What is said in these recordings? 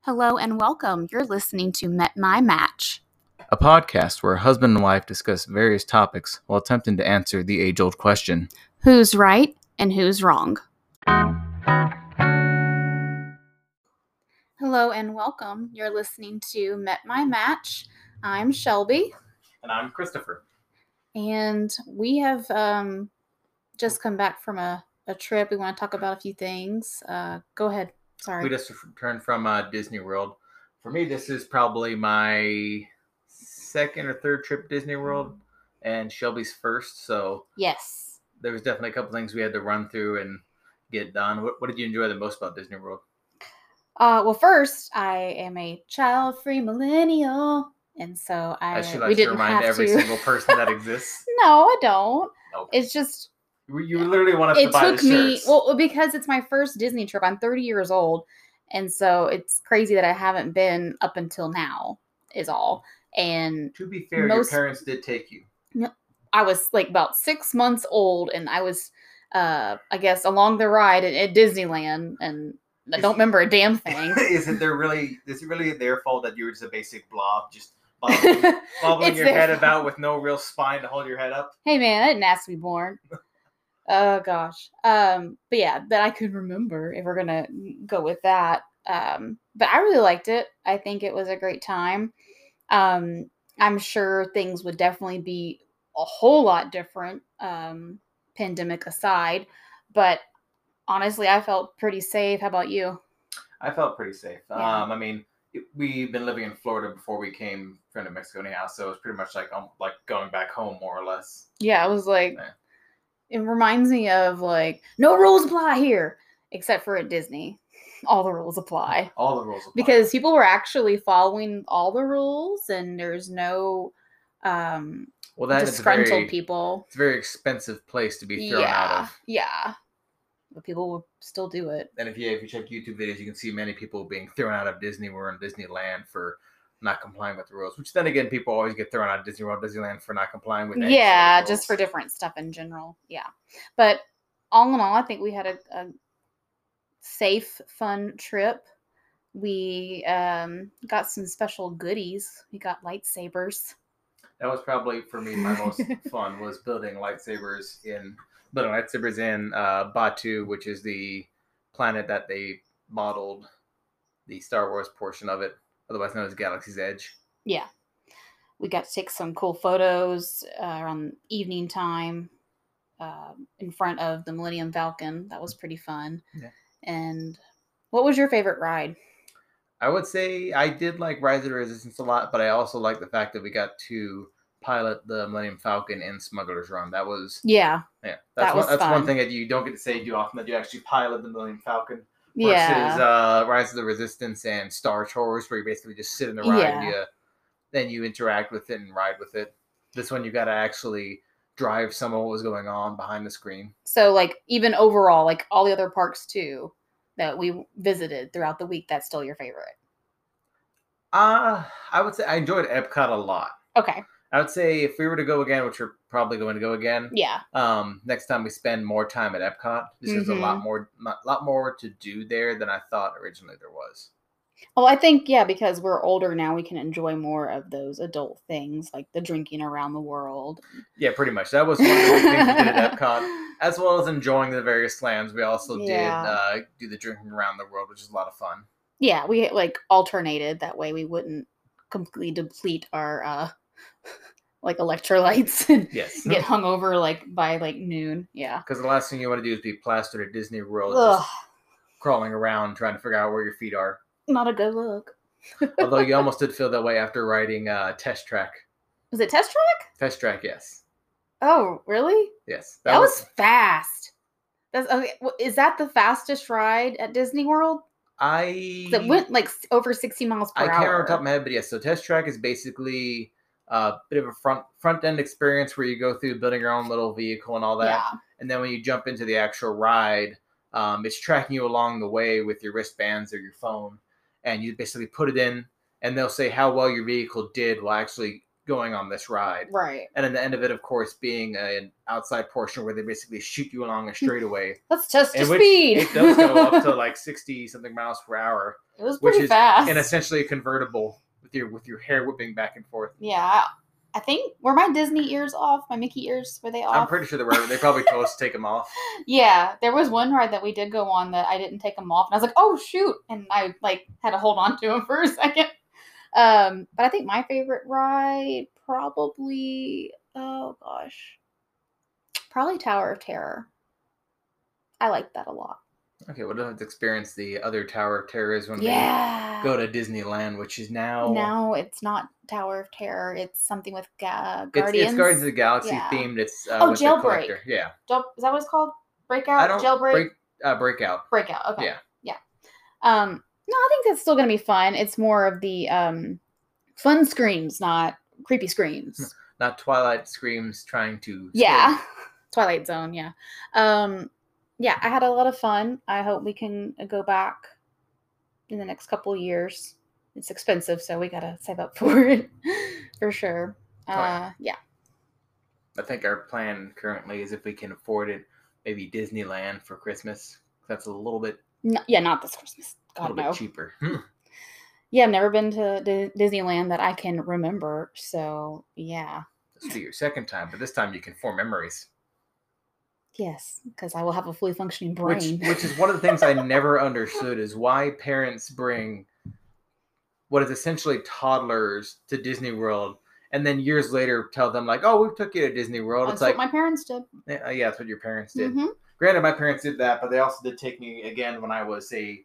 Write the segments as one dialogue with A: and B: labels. A: Hello and welcome. You're listening to Met My Match.
B: a podcast where a husband and wife discuss various topics while attempting to answer the age old question.
A: Who's right and who's wrong? Hello and welcome. You're listening to Met My Match. I'm Shelby,
B: And I'm Christopher.
A: and we have um, just come back from a, a trip. We want to talk about a few things. Uh, go ahead. Sorry.
B: We just returned from uh, Disney World. For me, this is probably my second or third trip to Disney World, and Shelby's first. So
A: yes.
B: there was definitely a couple things we had to run through and get done. What, what did you enjoy the most about Disney World?
A: Uh, well, first, I am a child-free millennial, and so I,
B: As she
A: we
B: likes to
A: didn't
B: remind
A: have
B: every
A: to.
B: single person that exists.
A: no, I don't.
B: Nope.
A: It's just
B: You- You literally want us to
A: it
B: buy
A: took
B: the
A: me
B: shirts.
A: well because it's my first Disney trip. I'm 30 years old, and so it's crazy that I haven't been up until now. Is all. And
B: to be fair,
A: most-
B: your parents did take you.
A: I was like about six months old, and I was, uh, I guess, along the ride at, at Disneyland, and I
B: Is-
A: don't remember a damn thing.
B: is it there really is it really their fault that you were just a basic blob just bobbling, bobbling
A: It's
B: your
A: their
B: head
A: fault.
B: about with no real spine to hold your head up
A: hey man, I didn't ask to be born. Oh gosh. Um, but yeah, that I could remember if we're gonna go with that. Um, but I really liked it. I think it was a great time. Um, I'm sure things would definitely be a whole lot different, um, pandemic aside. But honestly, I felt pretty safe. How about you?
B: i felt pretty safe
A: Yeah.
B: um i mean it- we've been living in florida before we came from new mexico now so it's pretty much like um, like going back home more or less
A: Yeah, it was like
B: Yeah.
A: it reminds me of like no rules apply here, except for at Disney. All the rules apply.
B: all the rules apply.
A: because people were actually following all the rules and there's no um
B: well that is
A: disgruntled
B: very,
A: people
B: it's a very expensive place to be thrown out
A: yeah
B: of
A: yeah but people will still do it
B: and if you if you check youtube videos you can see many people being thrown out of disney world and disneyland for not complying with the rules which then again people always get thrown out of disney world disneyland for not complying with any sort of
A: yeah just for
B: rules.
A: different stuff in general yeah but all in all i think we had a, a safe fun trip we um got some special goodies we got lightsabers
B: That was probably for me my most fun was building lightsabers in building lightsabers in uh, Batu, which is the planet that they modeled the Star Wars portion of it, otherwise known as Galaxy's Edge.
A: yeah we got to take some cool photos uh, around evening time uh, in front of the millennium falcon that was pretty fun
B: Yeah.
A: and what was your favorite ride
B: I would say I did like Rise of the Resistance a lot, but I also like the fact that we got to pilot the Millennium Falcon in Smuggler's Run. That was
A: yeah
B: yeah, that's
A: That was
B: one, that's
A: fun.
B: one thing that you don't get to say too often that you actually pilot the Millennium Falcon. versus
A: yeah
B: uh, Rise of the Resistance and Star Tours, where you basically just sit in the ride and
A: Yeah.
B: you, then you interact with it and ride with it. This one, you got to actually drive some of what was going on behind the screen.
A: so like even overall like all the other parks too that we visited throughout the week that's still your favorite
B: Uh, I would say I enjoyed Epcot a lot.
A: okay
B: I would say if we were to go again, which we're probably going to go again,
A: yeah
B: um, next time we spend more time at Epcot. This is a
A: Mm-hmm.
B: lot more, a lot more to do there than I thought originally there was.
A: well i think yeah because we're older now we can enjoy more of those adult things like the drinking around the world
B: Yeah, pretty much. That was one of the big things we did at Epcot. as well as enjoying the various lands. We also
A: Yeah.
B: did uh, do the drinking around the world, which is a lot of fun.
A: yeah we like alternated that way we wouldn't completely deplete our uh like electrolytes and
B: Yes.
A: get hung over like by like noon yeah
B: Because the last thing you want to do is be plastered at Disney World,
A: Ugh,
B: just crawling around trying to figure out where your feet are.
A: not a good look
B: Although you almost did feel that way after riding uh, Test Track.
A: was it test track
B: Test Track, yes,
A: oh really
B: yes.
A: that, was, fast that's okay w- is that the fastest ride at disney world
B: I.
A: 'Cause it went like s- over 60 miles per
B: I can't remember off
A: hour
B: the top of my head, but yes. So Test Track is basically a bit of a front front end experience where you go through building your own little vehicle and all that.
A: yeah
B: and then when you jump into the actual ride, um, it's tracking you along the way with your wristbands or your phone, and you basically put it in, and they'll say how well your vehicle did will actually going on this ride.
A: Right.
B: And then the end of it, of course, being a- an outside portion where they basically shoot you along a straightaway.
A: Let's test
B: in
A: the
B: which
A: speed.
B: It does go up to like 60 something miles per hour,
A: it was
B: which
A: pretty
B: is
A: fast.
B: and essentially a convertible with your with your hair whipping back and forth.
A: yeah. I- I think were my Disney ears off? My Mickey ears were they off?
B: I'm pretty sure they were. They probably told us to take them off.
A: Yeah, there was one ride that we did go on that I didn't take them off, and I was like, "Oh shoot!" And I like had to hold on to them for a second. Um, but I think my favorite ride probably, oh gosh, probably Tower of Terror. I liked that a lot.
B: Okay, we'll have to experience the other Tower of Terror is when
A: yeah.
B: we go to Disneyland, which is now
A: No, it's not Tower of Terror. It's something with ga-
B: it's,
A: Guardians.
B: it's Guardians of the Galaxy
A: Yeah.
B: themed. It's uh,
A: Oh,
B: with the
A: Jailbreak.
B: collector. Yeah,
A: Jel- Is that what it's called? Breakout.
B: I don't
A: jailbreak.
B: break uh, breakout.
A: breakout. Okay.
B: Yeah.
A: Yeah. Um, no, I think that's still gonna be fun. It's more of the um fun screams, not creepy
B: Hmm,
A: screams.
B: Not Twilight screams trying to.
A: yeah.
B: scare
A: Twilight Zone, yeah. Um yeah, I had a lot of fun. I hope we can go back in the next couple years. It's expensive, so we gotta save up for it for sure.
B: Oh, yeah.
A: Uh yeah.
B: you. I think our plan currently is if we can afford it, maybe Disneyland for Christmas. That's a little bit,
A: No, yeah, not this Christmas.
B: a
A: God
B: little
A: no.
B: bit cheaper. Hmm.
A: Yeah, I've never been to Di- Disneyland that I can remember. So yeah.
B: This will be your second time, but this time you can form memories,
A: Yes, because I will have a fully functioning brain.
B: which which is one of the things I never understood is why parents bring what is essentially toddlers to Disney World, and then years later tell them like, "Oh, we took you to Disney World."
A: That's
B: It's like,
A: what my parents did.
B: yeah, yeah, that's what your parents did.
A: hmm
B: Granted, my parents did that, but they also did take me again when I was a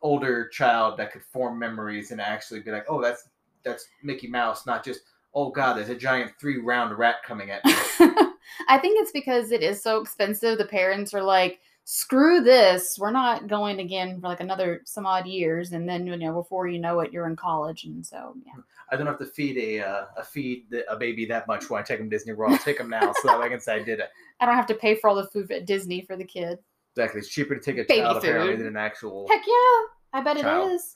B: older child that could form memories and actually be like, "Oh, that's that's Mickey Mouse, not just." Oh God! There's a giant three-round rat coming at me.
A: Mm-hmm. I think it's because it is so expensive. The parents are like, screw this. We're not going again for like another some odd years. And then, you know, before you know it, you're in college. And so, yeah.
B: I don't have to feed a uh, a feed the, a baby that much when I take him to Disney World. I'll take him now so that I can say I did it.
A: I don't have to pay for all the food at Disney for the kid.
B: Exactly, it's cheaper to take a
A: Baby
B: child apparently
A: food.
B: than an actual.
A: Heck yeah. I bet
B: Child.
A: it is.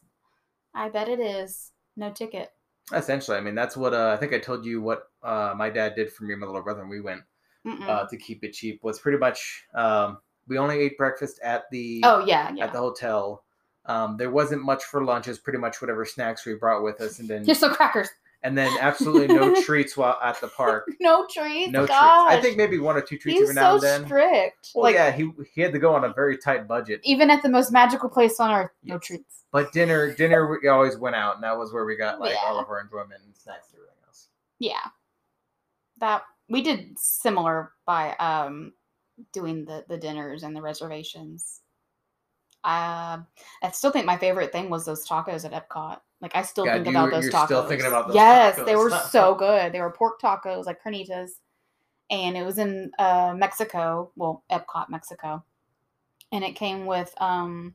A: I bet it is. No ticket.
B: Essentially, I mean that's what uh, I think I told you what uh, my dad did for me and my little brother when we went
A: Mm-mm.
B: uh, to keep it cheap was pretty much um, we only ate breakfast at the
A: oh, yeah.
B: at
A: Yeah.
B: the hotel. Um, there wasn't much for lunch; it's pretty much whatever snacks we brought with us, and then
A: Here's some crackers.
B: and then absolutely no treats while at the park.
A: No treats.
B: No
A: Gosh.
B: treats. I think maybe one or two treats
A: He's
B: every now
A: so
B: and then.
A: strict.
B: Well,
A: like,
B: yeah, he he had to go on a very tight budget.
A: even at the most magical place on earth, no
B: Yes.
A: treats.
B: But dinner, dinner, we always went out, and that was where we got like all of our enjoyment and snacks and everything else.
A: Yeah. That we did similar by um doing the the dinners and the reservations. Um I still think my favorite thing was those tacos at Epcot. Like I still
B: God,
A: think
B: you
A: about
B: were-
A: those
B: you're
A: tacos.
B: still thinking about those
A: yes, they
B: tacos.
A: were so good. They were pork tacos, like carnitas, and it was in uh, Mexico. Well, Epcot, Mexico, and it came with um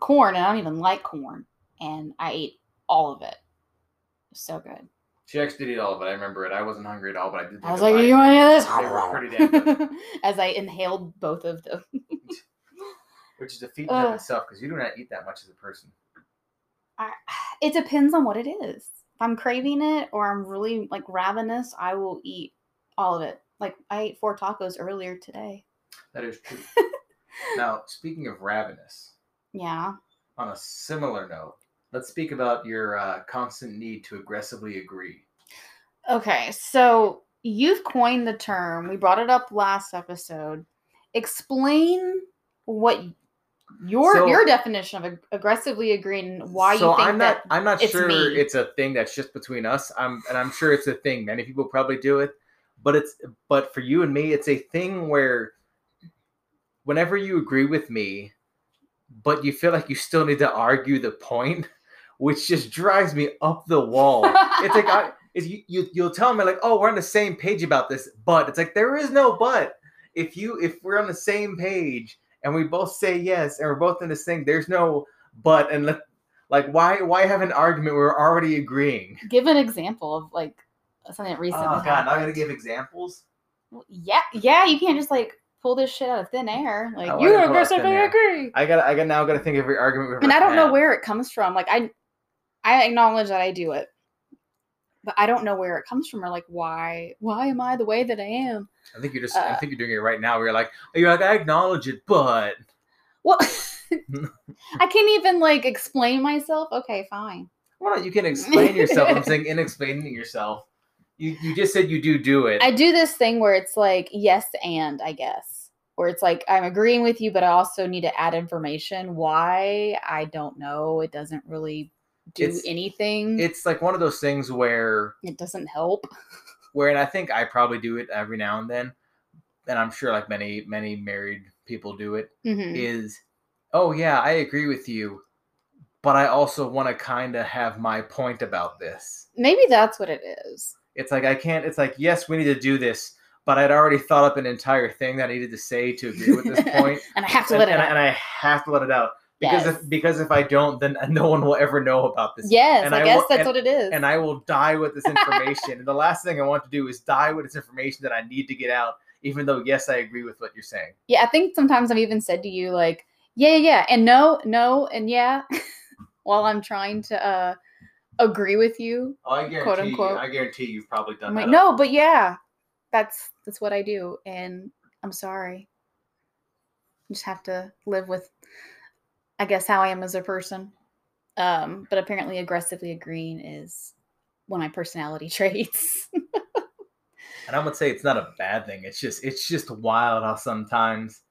A: corn, and I don't even like corn, and I ate all of it. So good.
B: She actually did eat all of it. I remember it. I wasn't hungry at all, but I did.
A: I was like,
B: take a
A: "Are
B: bite.
A: you want any
B: They were pretty
A: of
B: damn
A: this?" As I inhaled both of them.
B: which is a feat in and of
A: Ugh.
B: itself because you do not eat that much as a person.
A: I, it depends on what it is. If I'm craving it or I'm really like ravenous, I will eat all of it. Like I ate four tacos earlier today.
B: That is true. now, speaking of ravenous,
A: Yeah.
B: on a similar note, let's speak about your uh, constant need to aggressively agree.
A: Okay, so you've coined the term. We brought it up last episode. Explain what your
B: So-
A: your definition of ag- aggressively agreeing and why
B: so
A: you think
B: I'm
A: that
B: not I'm not
A: it's
B: sure
A: me.
B: it's a thing that's just between us. I'm and I'm sure it's a thing. Many people probably do it, but it's but for you and me, it's a thing where whenever you agree with me, but you feel like you still need to argue the point, which just drives me up the wall. it's like I it's, you, you you'll tell me like, oh, we're on the same page about this, but it's like there is no but. If you if we're on the same page and we both say yes and we're both in this thing, there's no but and let, like why why have an argument where we're already agreeing?
A: give an example of like something that
B: Oh,
A: recently happened.
B: gonna give examples.
A: Well, yeah, yeah, you can't just like pull this shit out of thin air. Like
B: wouldn't
A: you
B: pull it out of
A: aggressively
B: thin air.
A: agree.
B: I got I got now got to think of every argument. We've
A: And
B: ever
A: I don't know
B: had.
A: where it comes from. Like I I acknowledge that I do it. but I don't know where it comes from or like why why am I the way that I am?
B: I think you're just. I
A: Uh,
B: think you're doing it right now. Where you're like, oh, you're like, I acknowledge it, but
A: Well, I can't even like explain myself. Okay, fine.
B: well, you can explain yourself. I'm saying in explaining yourself, you you just said you do do it.
A: I do this thing where it's like yes and I guess. Where it's like I'm agreeing with you, but I also need to add information. Why? I don't know. It doesn't really do
B: It's-
A: anything.
B: it's like one of those things where
A: it doesn't help.
B: where and I think I probably do it every now and then, and I'm sure like many many married people do it.
A: Mhm.
B: Is oh yeah, I agree with you, but I also want to kind of have my point about this.
A: Maybe that's what it is.
B: It's like I can't. It's like yes, we need to do this, but I'd already thought up an entire thing that I needed to say to agree with this point,
A: And I have to
B: and,
A: let it
B: and I-
A: out.
B: and I have to let it out because
A: yes.
B: if because if I don't, then no one will ever know about this,
A: Yes,
B: and
A: I,
B: I
A: guess
B: wa-
A: that's what it is.
B: and I will die with this information. and the last thing I want to do is die with this information that I need to get out, even though yes, I agree with what you're saying.
A: yeah, I think sometimes I've even said to you like, yeah, yeah, yeah, and no, no, and yeah, while I'm trying to uh agree with you.
B: Oh, I
A: guarantee you- unquote. I
B: guarantee you've probably done
A: I'm like, no, but yeah, that's that's what I do, and I'm sorry. Just have to live with, I guess, how I am as a person. Um, but apparently, aggressively agreeing is one of my personality traits.
B: and I would say it's not a bad thing. It's just it's just wild how sometimes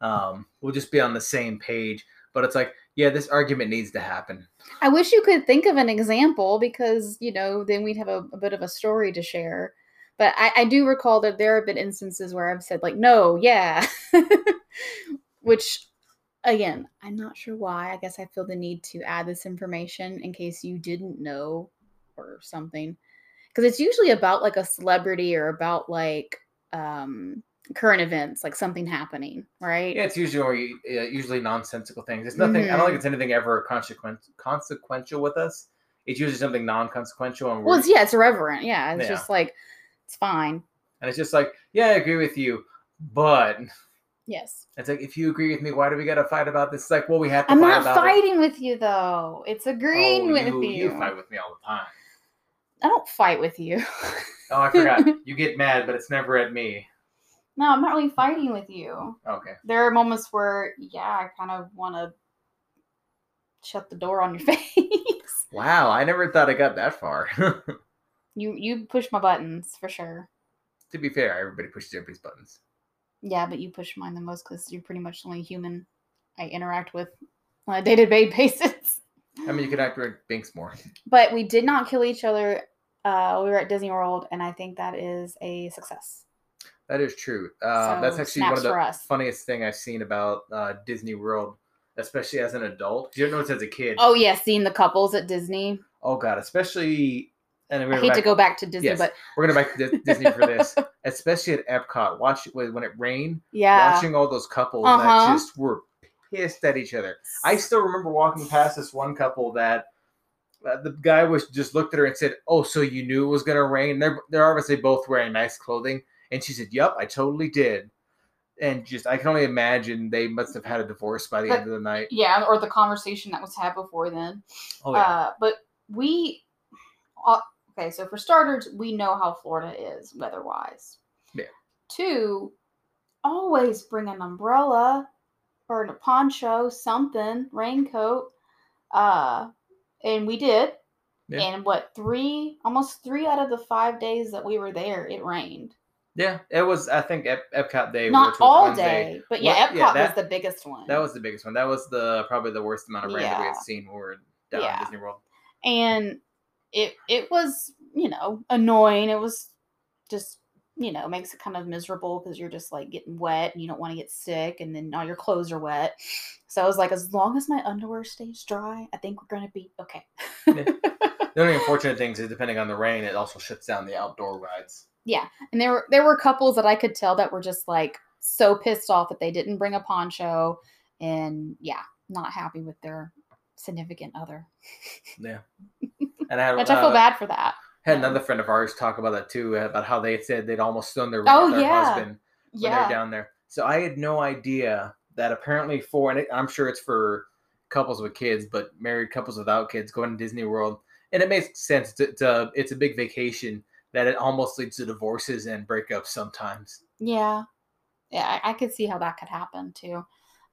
B: um, we'll just be on the same page, but it's like yeah, this argument needs to happen.
A: I wish you could think of an example because, you know, then we'd have a, a bit of a story to share. But I, I do recall that there have been instances where I've said, like, no, yeah. Which, again, I'm not sure why. I guess I feel the need to add this information in case you didn't know or something. Because it's usually about like a celebrity or about like um, current events, like something happening, right?
B: Yeah, it's usually uh, usually nonsensical things. It's nothing. I don't
A: Mm-hmm.
B: think it's anything ever consequence consequential with us. It's usually something non-consequential, and we're,
A: Well, it's, yeah, it's irreverent. Yeah, it's
B: Yeah.
A: just like, it's fine.
B: and it's just like yeah, I agree with you, but
A: Yes.
B: it's like if you agree with me, why do we got to fight about this? It's like well, we have to
A: I'm
B: fight
A: not
B: about it.
A: fighting with you though. It's agreeing
B: Oh,
A: with
B: you,
A: you.
B: you fight with me all the time.
A: I don't fight with you.
B: Oh, I forgot. you get mad, but it's never at me.
A: no, I'm not really fighting with you.
B: Okay.
A: There are moments where, yeah, I kind of want to shut the door on your face.
B: Wow, I never thought I got that far. to
A: you you push my buttons for sure.
B: be fair, everybody pushes everybody's buttons.
A: Yeah, but you push mine the most because you're pretty much the only human I interact with on a day to day basis.
B: I mean, you could act like Binks more.
A: but we did not kill each other. Uh, we were at Disney World, and I think that is a success.
B: That is true. Um, that's
A: So,
B: actually one
A: snaps
B: of the
A: for us.
B: funniest thing I've seen about uh, Disney World, especially as an adult. You don't notice as a kid.
A: Oh yeah, seeing the couples at Disney.
B: Oh, God, especially. And we're
A: I
B: gonna
A: hate
B: back,
A: to go back to Disney,
B: Yes.
A: but
B: We're gonna back to Dis- Disney for this, especially at Epcot. Watch when when it rained,
A: yeah,
B: watching all those couples that
A: Uh-huh.
B: just were pissed at each other. I still remember walking past this one couple that uh, the guy was just looked at her and said, "Oh, so you knew it was gonna rain?" They're they're obviously both wearing nice clothing, and she said, "Yep, I totally did." And just I can only imagine they must have had a divorce by the
A: But-
B: end of the night.
A: yeah, or the conversation that was had before then.
B: Oh yeah,
A: Uh, but we, uh, okay, so for starters, we know how Florida is weather wise.
B: Yeah.
A: Two, always bring an umbrella or a poncho, something, raincoat. Uh, and we did.
B: Yeah.
A: And what three, almost three out of the five days that we were there, it rained.
B: yeah. It was I think Ep- Epcot Day,
A: Not
B: which was
A: all
B: Wednesday.
A: day, but yeah,
B: What-
A: Epcot
B: yeah, that-
A: was the biggest one.
B: That was the biggest one. That was the probably the worst amount of rain that we had
A: Yeah.
B: seen when we were down
A: Yeah.
B: at Disney World.
A: and it it was you know annoying it was just you know makes it kind of miserable because you're just like getting wet and you don't want to get sick and then all your clothes are wet so i was like as long as my underwear stays dry i think we're gonna be okay
B: The only unfortunate thing is, depending on the rain, it also shuts down the outdoor rides.
A: and there were there were couples that i could tell that were just like so pissed off that they didn't bring a poncho and yeah not happy with their significant other
B: Yeah. And I had,
A: which i feel
B: uh,
A: bad for that
B: had
A: Yeah.
B: another friend of ours talk about that too, uh, about how they said they'd almost stolen their,
A: Oh,
B: their
A: yeah.
B: husband when they were
A: yeah
B: down there. So I had no idea that apparently for, and it- I'm sure it's for couples with kids, but married couples without kids going to Disney World, and it makes sense to, to it's a big vacation that it almost leads to divorces and breakups sometimes.
A: Yeah. Yeah, I, I could see how that could happen too.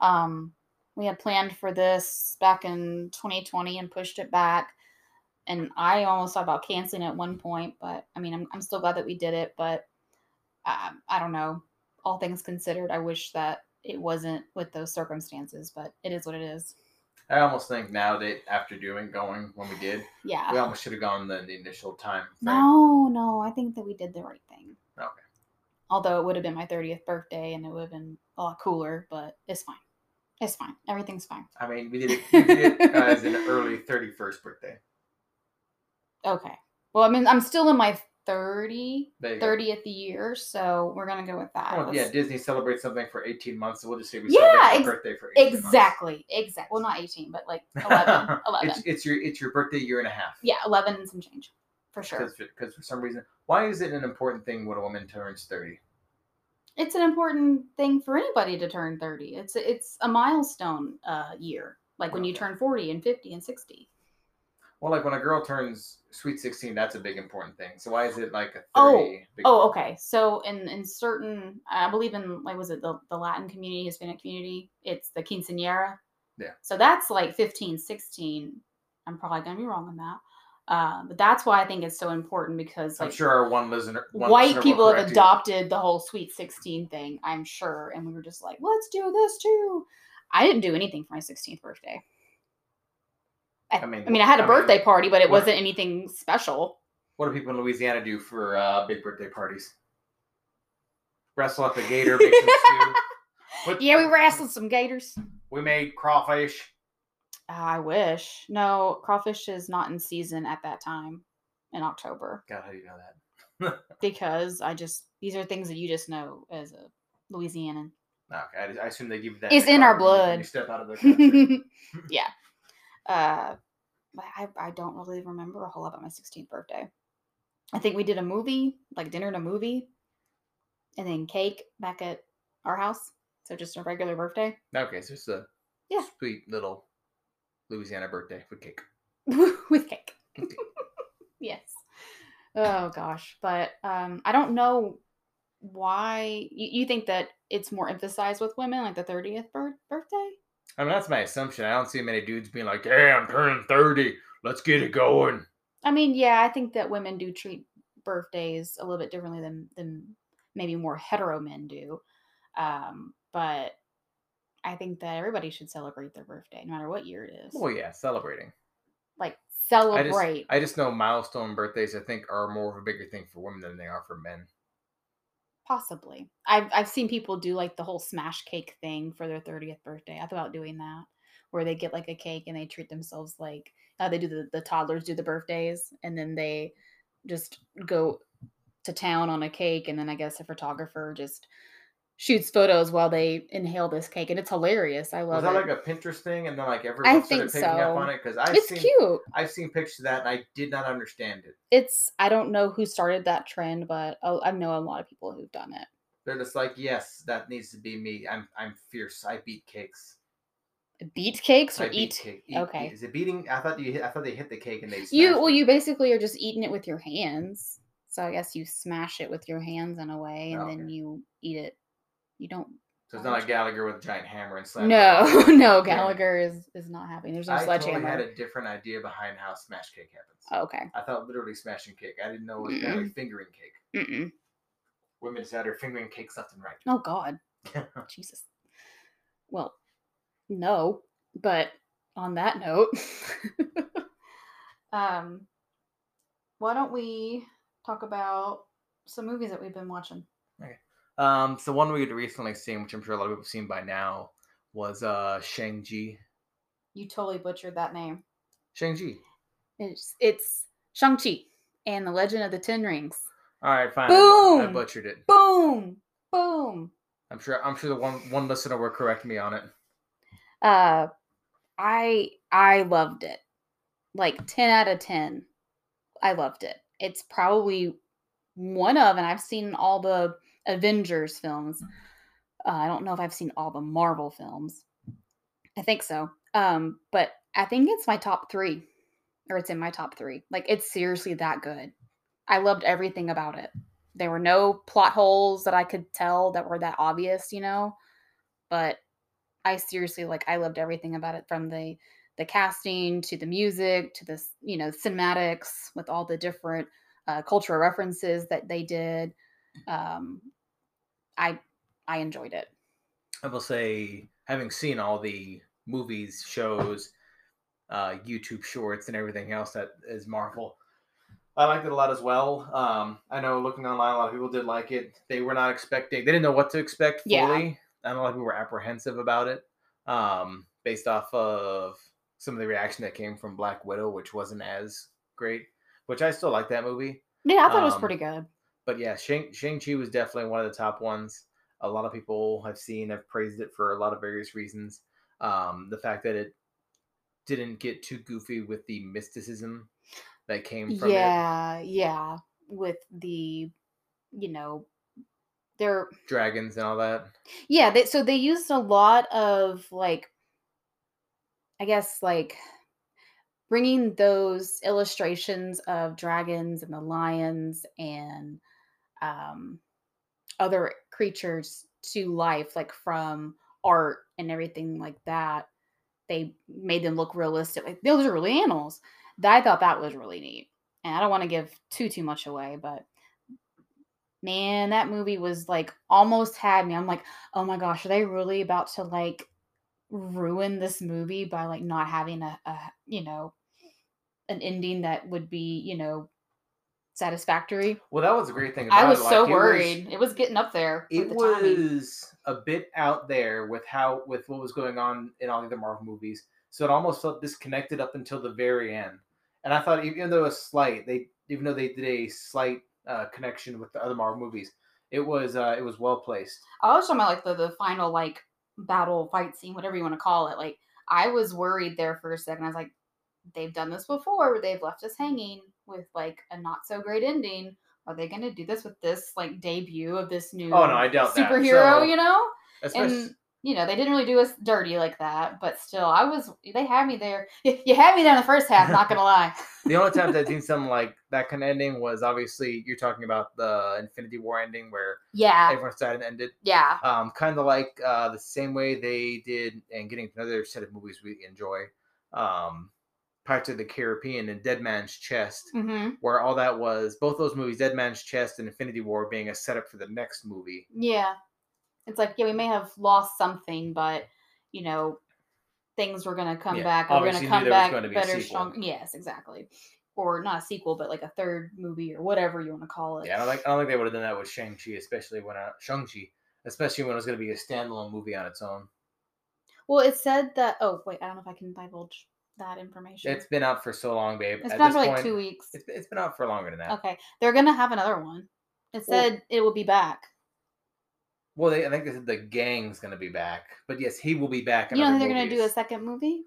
A: Um, we had planned for this back in 2020 and pushed it back. And I almost thought about canceling at one point, but I mean, I'm, I'm still glad that we did it. But uh, I don't know. All things considered, I wish that it wasn't with those circumstances, but it is what it is.
B: I almost think now that after doing going when we did,
A: Yeah.
B: we almost should have gone the, the initial time. frame.
A: No, no, I think that we did the right thing.
B: Okay.
A: Although it would have been my 30th birthday and it would have been a lot cooler, but it's fine. It's fine. Everything's fine.
B: I mean, we did it, we did it as an early 31st birthday.
A: Okay. Well, I mean, I'm still in my 30,
B: There you go.
A: 30th year, so we're going to go with that.
B: Well, yeah,
A: Let's-
B: Disney celebrates something for 18 months, so we'll just say we
A: Yeah,
B: celebrate
A: ex-
B: your birthday for 18 months.
A: Exactly. Exactly. Well, not 18, but like 11. 11.
B: It's, it's your it's your birthday year and a half.
A: yeah, 11 and some change for sure.
B: Because for, some reason, why is it an important thing when a woman turns 30?
A: it's an important thing for anybody to turn 30 it's it's a milestone uh year like when you
B: Okay.
A: turn 40 and 50 and 60
B: Well, like when a girl turns sweet 16, that's a big important thing. So why is it like a 30?
A: Oh,
B: big-
A: oh okay so in in certain i believe in like was it the, the latin community hispanic community it's the quinceanera
B: Yeah.
A: so that's like 15 16 i'm probably gonna be wrong on that uh, but that's why i think it's so important because
B: I'm
A: like
B: sure our one listener. One
A: white
B: listener will
A: people have
B: correct you.
A: adopted the whole sweet 16 thing i'm sure and we were just like let's do this too i didn't do anything for my 16th birthday i,
B: I
A: I
B: mean,
A: mean i had a
B: I mean,
A: birthday party but it
B: what-
A: wasn't anything special
B: What do people in Louisiana do for uh, big birthday parties? Wrestle up a gator, make some stew. What-
A: yeah we wrestled some gators
B: We made crawfish.
A: Ah, i wish no crawfish is not in season at that time in october
B: God, how do you know that?
A: because i just these are things that you just know as a louisianan
B: Okay, I, I assume they give you that.
A: It's
B: the
A: in our
B: card when you-
A: blood.
B: when You step out of the country.
A: yeah. Uh, but I, I don't really remember a whole lot about my 16th birthday. I think we did a movie, like dinner and a movie, and then cake back at our house. So just a regular birthday.
B: okay, so it's a
A: Yeah.
B: sweet little Louisiana birthday with cake.
A: with cake. yes. Oh gosh, but um, I don't know why you, you think that it's more emphasized with women, like the thirtieth birth- birthday.
B: I mean, that's my assumption. I don't see many dudes being like, "Hey, I'm turning thirty. Let's get it going."
A: I mean, yeah, I think that women do treat birthdays a little bit differently than than maybe more hetero men do. Um, but I think that everybody should celebrate their birthday, no matter what year it is.
B: Well, yeah, celebrating.
A: Like
B: I just,
A: celebrate.
B: I just know milestone birthdays. I think are more of a bigger thing for women than they are for men.
A: Possibly. I've I've seen people do like the whole smash cake thing for their 30th birthday. I thought about doing that where they get like a cake and they treat themselves like uh, they do the, the toddlers do the birthdays and then they just go to town on a cake and then I guess a photographer just shoots photos while they inhale this cake and it's hilarious. I
B: Was
A: love
B: that
A: it.
B: like a Pinterest thing, and then like everyone started
A: think
B: picking up
A: so.
B: on it? Because I've
A: it's
B: seen
A: cute.
B: I've seen pictures of that, and I did not understand it.
A: It's I don't know who started that trend, but I, I know a lot of people who've done it.
B: They're just like, "Yes, that needs to be me. I'm I'm fierce. I beat cakes.
A: Beat cakes or
B: I beat
A: eat
B: cake. E-,
A: okay.
B: Is it beating? I thought you. Hit, I thought they hit the cake and they.
A: You
B: smashed
A: well,
B: it.
A: you basically are just eating it with your hands. So I guess you smash it with your hands in a way, and
B: Oh,
A: then
B: okay.
A: you eat it. You don't.
B: So it's not like Gallagher with a giant hammer and slam.
A: No, no,
B: Yeah.
A: Gallagher is is not happy. There's no
B: I totally had
A: sledgehammer.
B: a different idea behind how smash cake happens.
A: Oh, okay.
B: I thought literally smashing cake. I didn't know it was apparently fingering cake.
A: Mm-mm.
B: Women just out here fingering cakes left and right.
A: Oh God, Jesus. Well, no, but on that note, um, why don't we talk about some movies that we've been watching?
B: um, so one we had recently seen, which I'm sure a lot of people have seen by now, was uh Shang Chi.
A: You totally butchered that name.
B: Shang Chi.
A: It's, it's Shang-Chi and the Legend of the Ten Rings.
B: All right, fine. I bu- I
A: Boom!
B: butchered it.
A: Boom! Boom!
B: I'm sure. I'm sure the one one listener will correct me on it.
A: Uh I I loved it. Like 10 out of 10. I loved it. It's probably one of and I've seen all the Avengers films. Uh, I don't know if I've seen all the Marvel films. I think so. Um but I think it's my top 3. or it's in my top three. Like it's seriously that good. I loved everything about it. There were no plot holes that I could tell that were that obvious, you know. But I seriously like I loved everything about it from the the casting to the music to this you know cinematics with all the different uh, cultural references that they did. Um, I I enjoyed it.
B: I will say, having seen all the movies, shows, uh, YouTube shorts, and everything else that is Marvel, I liked it a lot as well. Um, I know looking online, a lot of people did like it. They were not expecting, they didn't know what to expect fully.
A: Yeah.
B: And a lot of people were apprehensive about it um, based off of some of the reaction that came from Black Widow, which wasn't as great, which I still like that movie
A: Yeah, I thought it was
B: Um,
A: pretty good.
B: but yeah, Shang Shang Chi was definitely one of the top ones. A lot of people have seen have praised it for a lot of various reasons. Um, the fact that it didn't get too goofy with the mysticism that came from
A: Yeah, yeah. With the you know they're
B: it, dragons and all that.
A: yeah they, so they used a lot of like i guess like bringing those illustrations of dragons and the lions and um, other creatures to life like from art and everything like that they made them look realistic like those are really animals Th- i thought that was really neat and i don't want to give too too much away but man that movie was like almost had me i'm like oh my gosh, are they really about to like ruin this movie by like not having a, a you know an ending that would be you know satisfactory?
B: Well, that was a great thing. About
A: I was
B: it. like,
A: so
B: it was-
A: worried. It was, getting up there. with
B: It
A: the timing.
B: was a bit out there with how with what was going on in all the other Marvel movies, so it almost felt disconnected up until the very end. And I thought, even though it was slight, they even though they did a slight uh, connection with the other Marvel movies, it was uh, it was well placed.
A: I was talking about like the, the final like battle fight scene, whatever you want to call it. Like I was worried there for a second. I was like, they've done this before. They've left us hanging with like a not so great ending. Are they going to do this with this like debut of this new?
B: Oh, no, I doubt that.
A: superhero.
B: So-
A: you know,
B: Especially,
A: and you know they didn't really do us dirty like that, but still, I was they had me there. Y- You had me there in the first half. Not gonna lie.
B: the only time that I've seen something like that kind of ending was obviously you're talking about the Infinity War ending where
A: Yeah,
B: everyone's died and ended.
A: yeah,
B: um, kind of like uh, the same way they did and getting another set of movies we enjoy um, Pirates of the Caribbean and Dead Man's Chest,
A: hmm
B: where all that was both those movies, Dead Man's Chest and Infinity War, being a setup for the next movie.
A: yeah. It's like yeah, we may have lost something, but you know things were gonna come
B: Yeah,
A: back. Or we're
B: obviously
A: gonna come
B: knew there was
A: back
B: gonna be a
A: better,
B: sequel.
A: stronger. Yes, exactly. Or not a sequel, but like a third movie or whatever you want to call it.
B: Yeah, I don't think I don't think they would have done that with Shang Chi, especially when uh, Shang Chi, especially when it was going to be a standalone movie on its own.
A: Well, it said that. Oh wait, I don't know if I can divulge that information.
B: It's been out for so long, babe.
A: it's
B: At
A: been out
B: this
A: for like
B: point-
A: two weeks.
B: It's, it's been out for longer than that.
A: Okay, they're gonna have another one. It
B: Well-
A: said it will be back.
B: Well, they, I think they said the gang's going to be back, but yes, he will be back. In
A: You don't
B: other
A: think they're gonna do a
B: movies.
A: second movie?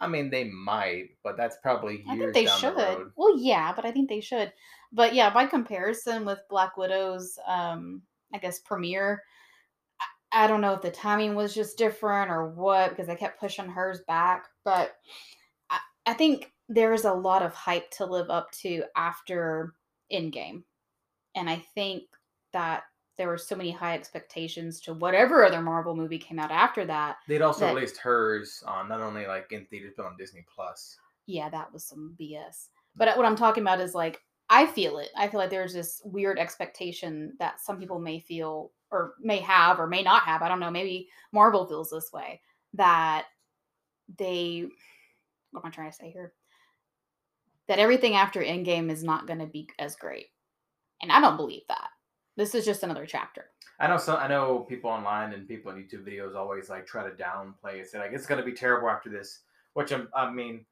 B: I mean, they might, but that's probably years
A: I think they
B: down
A: should.
B: the road.
A: well, yeah, but I think they should. But yeah, by comparison with Black Widow's, um, I guess premiere, I, I don't know if the timing was just different or what because they kept pushing hers back. But I, I think there is a lot of hype to live up to after Endgame, and I think that there were so many high expectations to whatever other Marvel movie came out after that
B: They'd also
A: that-
B: released hers on not only like in theaters but on Disney Plus.
A: yeah, that was some BS. But uh, what I'm talking about is like, I feel it. I feel like there's this weird expectation that some people may feel or may have or may not have. I don't know. Maybe Marvel feels this way that they, what am I trying to say here? That everything after Endgame is not going to be as great. And I don't believe that. This is just another chapter.
B: I know some. I know people online and people in YouTube videos always like try to downplay it. Say like it's going to be terrible after this, which I'm, I mean,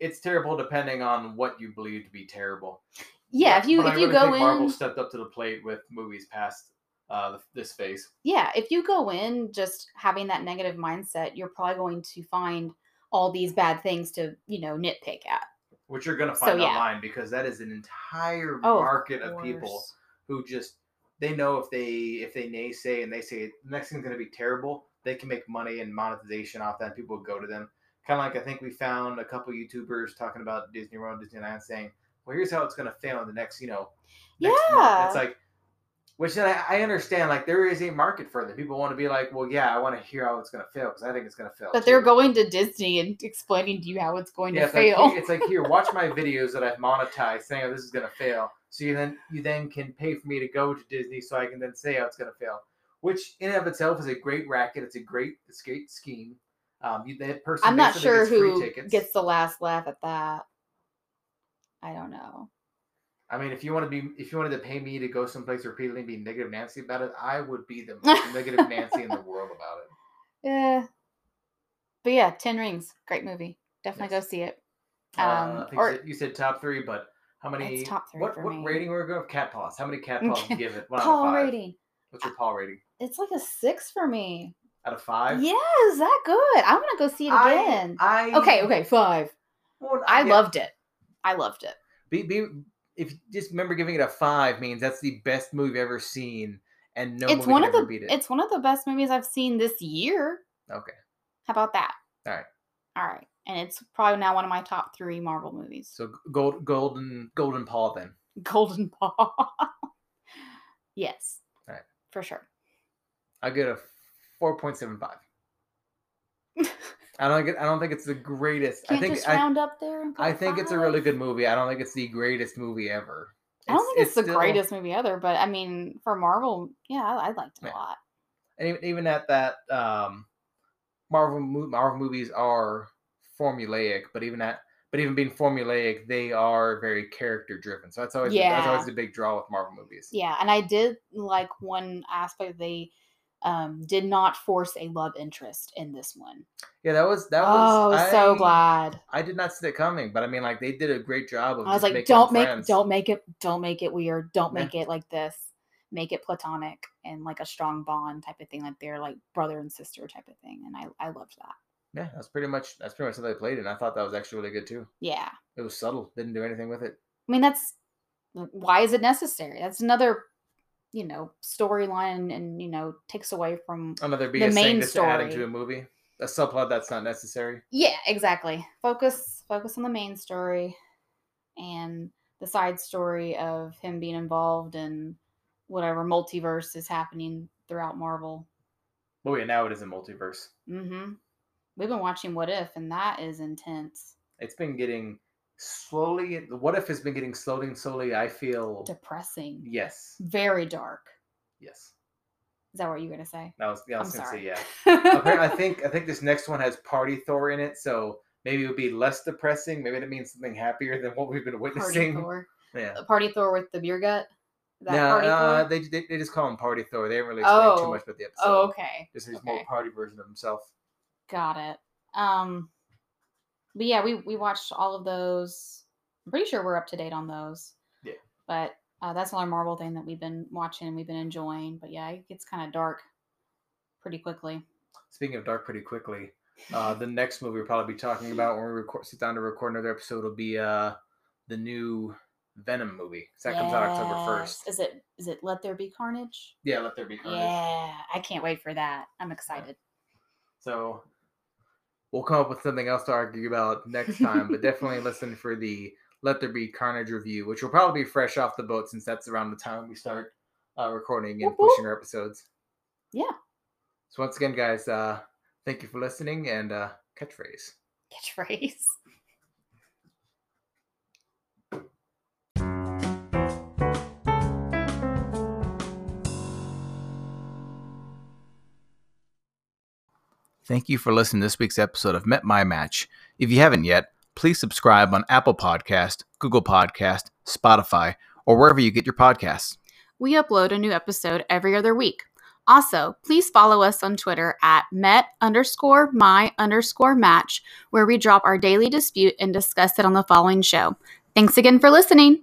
B: it's terrible depending on what you believe to be terrible.
A: Yeah,
B: But-
A: if you
B: but I
A: if you
B: really
A: go
B: think
A: in,
B: Marvel stepped up to the plate with movies past uh, this phase.
A: yeah, if you go in just having that negative mindset, you're probably going to find all these bad things to, you know, nitpick at.
B: which you're going to
A: So,
B: find
A: yeah.
B: online because that is an entire
A: Oh, of
B: market of, people who just they know if they if they naysay and they say the next thing's going to be terrible, they can make money and monetization off that. People will go to them Kind of like I think we found a couple YouTubers talking about Disney World, Disneyland, saying, "Well, here's how it's going to fail in the next, you know, next
A: Yeah.
B: month." It's like, which then I, I understand. Like there is a market for them. People want to be like, "Well, yeah, I want to hear how it's going to fail because I think it's going to fail."
A: But they're
B: too."
A: going to Disney and explaining to you how it's going
B: Yeah,
A: to
B: it's
A: fail.
B: Like, here- it's like here, watch my videos that I've monetized saying oh, this is gonna fail. So you then you then can pay for me to go to Disney so I can then say oh it's gonna fail. Which in and of itself is a great racket. It's a great escape scheme. Um, you, that person
A: I'm not
B: basically
A: sure
B: gets free
A: who
B: tickets.
A: gets the last laugh at that. I don't know.
B: I mean, if you want to be, if you wanted to pay me to go someplace repeatedly and be negative Nancy about it, I would be the most negative Nancy in the world about it.
A: Yeah. Eh. But yeah, Ten Rings, great movie. Definitely
B: Yes.
A: go see it.
B: Uh,
A: Um,
B: I think
A: or-
B: you, said, you said top three, but how many?
A: top three
B: what
A: for
B: what
A: me.
B: rating were we going? Cat paws. How many cat paws do you give it? One out
A: Paul
B: of five.
A: rating.
B: What's your paw rating?
A: It's like a six for me.
B: Out of five.
A: yeah, is that good? I want to go see it
B: I-
A: again.
B: I
A: okay, okay, five.
B: well,
A: I
B: yeah,
A: loved it. I loved it.
B: be, be, if you just remember giving it a five means that's the best movie you've ever seen, and no
A: it's
B: movie
A: one
B: can
A: of
B: ever
A: the
B: beat it.
A: it's one of the best movies I've seen this year.
B: Okay,
A: How about that?
B: All right.
A: All right. And it's probably now one of my top three Marvel movies.
B: so gold, golden, golden Paul. Then
A: Golden Paw. yes.
B: Alright.
A: For sure.
B: I get a four point seven five. I don't get. I don't think it's the greatest.
A: Can't
B: I think.
A: just
B: I,
A: round up there. And put
B: I think it's a really
A: five?
B: good movie. I don't think it's the greatest movie ever.
A: I don't think it's, the
B: still-
A: greatest movie either, but I mean, for Marvel, yeah, I, I liked it
B: Yeah.
A: a lot.
B: and even, even at that um marvel mo- marvel movies are formulaic but even at but even being formulaic they are very character driven so that's always that's
A: Yeah.
B: always a big draw with marvel movies
A: Yeah, and I did like one aspect they um did not force a love interest in this one.
B: yeah that was that
A: oh,
B: was
A: so
B: I-
A: glad.
B: i did not see that coming but i mean like they did a great job of
A: I was
B: just
A: like,
B: making them
A: don't make
B: friends.
A: don't make it don't make it weird. Don't
B: Yeah.
A: make it like this. Make it platonic and like a strong bond type of thing, like they're like brother and sister type of thing. And I I loved that.
B: yeah that's pretty much that's pretty much how they played it and i thought that was actually really good too
A: Yeah.
B: it was subtle didn't do anything with it
A: I mean, that's why is it necessary? That's another, you know, storyline and, you know, takes away from.
B: another
A: The
B: BS thing
A: main
B: just to add
A: story.
B: into a movie a subplot that's not necessary
A: Yeah, exactly. Focus, focus on the main story and the side story of him being involved in whatever multiverse is happening throughout Marvel.
B: oh yeah now it is a multiverse
A: Mm-hmm. We've been watching What If, and that is intense,
B: it's been getting slowly the what if has been getting slowly and slowly i feel
A: depressing,
B: yes
A: very dark.
B: yes
A: Is that what you were gonna say?
B: that was, yeah, I
A: I'm
B: was gonna
A: sorry.
B: say yeah Appar- i think i think this next one has party thor in it so maybe it'll be less depressing maybe it means something happier than what we've been
A: Party
B: witnessing
A: Thor.
B: yeah
A: The Party Thor with the beer gut. Is that
B: no,
A: Party
B: uh,
A: Thor?
B: they, they they just call him Party Thor. They didn't really explain
A: Oh.
B: too much about the episode.
A: Oh, okay.
B: Just his more
A: okay.
B: party version of himself.
A: Got it. Um, but yeah, we we watched all of those. I'm pretty sure we're up to date on those.
B: Yeah.
A: But uh, that's another Marvel thing that we've been watching and we've been enjoying. But yeah, it gets kind of dark pretty quickly.
B: Speaking of dark, pretty quickly, uh, the next movie we'll probably be talking about when we record, sit down to record another episode will be uh, the new Venom movie. 'cause That comes out October
A: Yes.
B: first.
A: Is it is it Let There Be Carnage?
B: Yeah, let there be carnage.
A: Yeah, I can't wait for that. I'm excited.
B: So we'll come up with something else to argue about next time, but definitely listen for the Let There Be Carnage review, which will probably be fresh off the boat since that's around the time we start uh, recording and
A: Whoop whoop.
B: pushing our episodes.
A: Yeah.
B: So once again, guys, uh, thank you for listening and uh, catchphrase.
A: Catchphrase.
B: Thank you for listening to this week's episode of Met My Match. If you haven't yet, please subscribe on Apple Podcast, Google Podcast, Spotify, or wherever you get your podcasts.
A: We upload a new episode every other week. Also, please follow us on Twitter at met underscore my underscore match, where we drop our daily dispute and discuss it on the following show. Thanks again for listening.